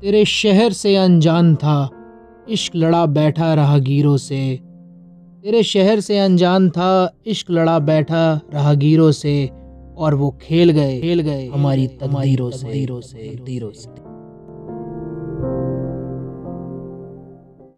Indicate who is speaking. Speaker 1: तेरे शहर से अनजान था इश्क लड़ा बैठा राहगीरों से तेरे शहर से अनजान था इश्क लड़ा बैठा राहगीरों से और वो खेल गए खेल गए हमारी तकदीरों से तकदीरों से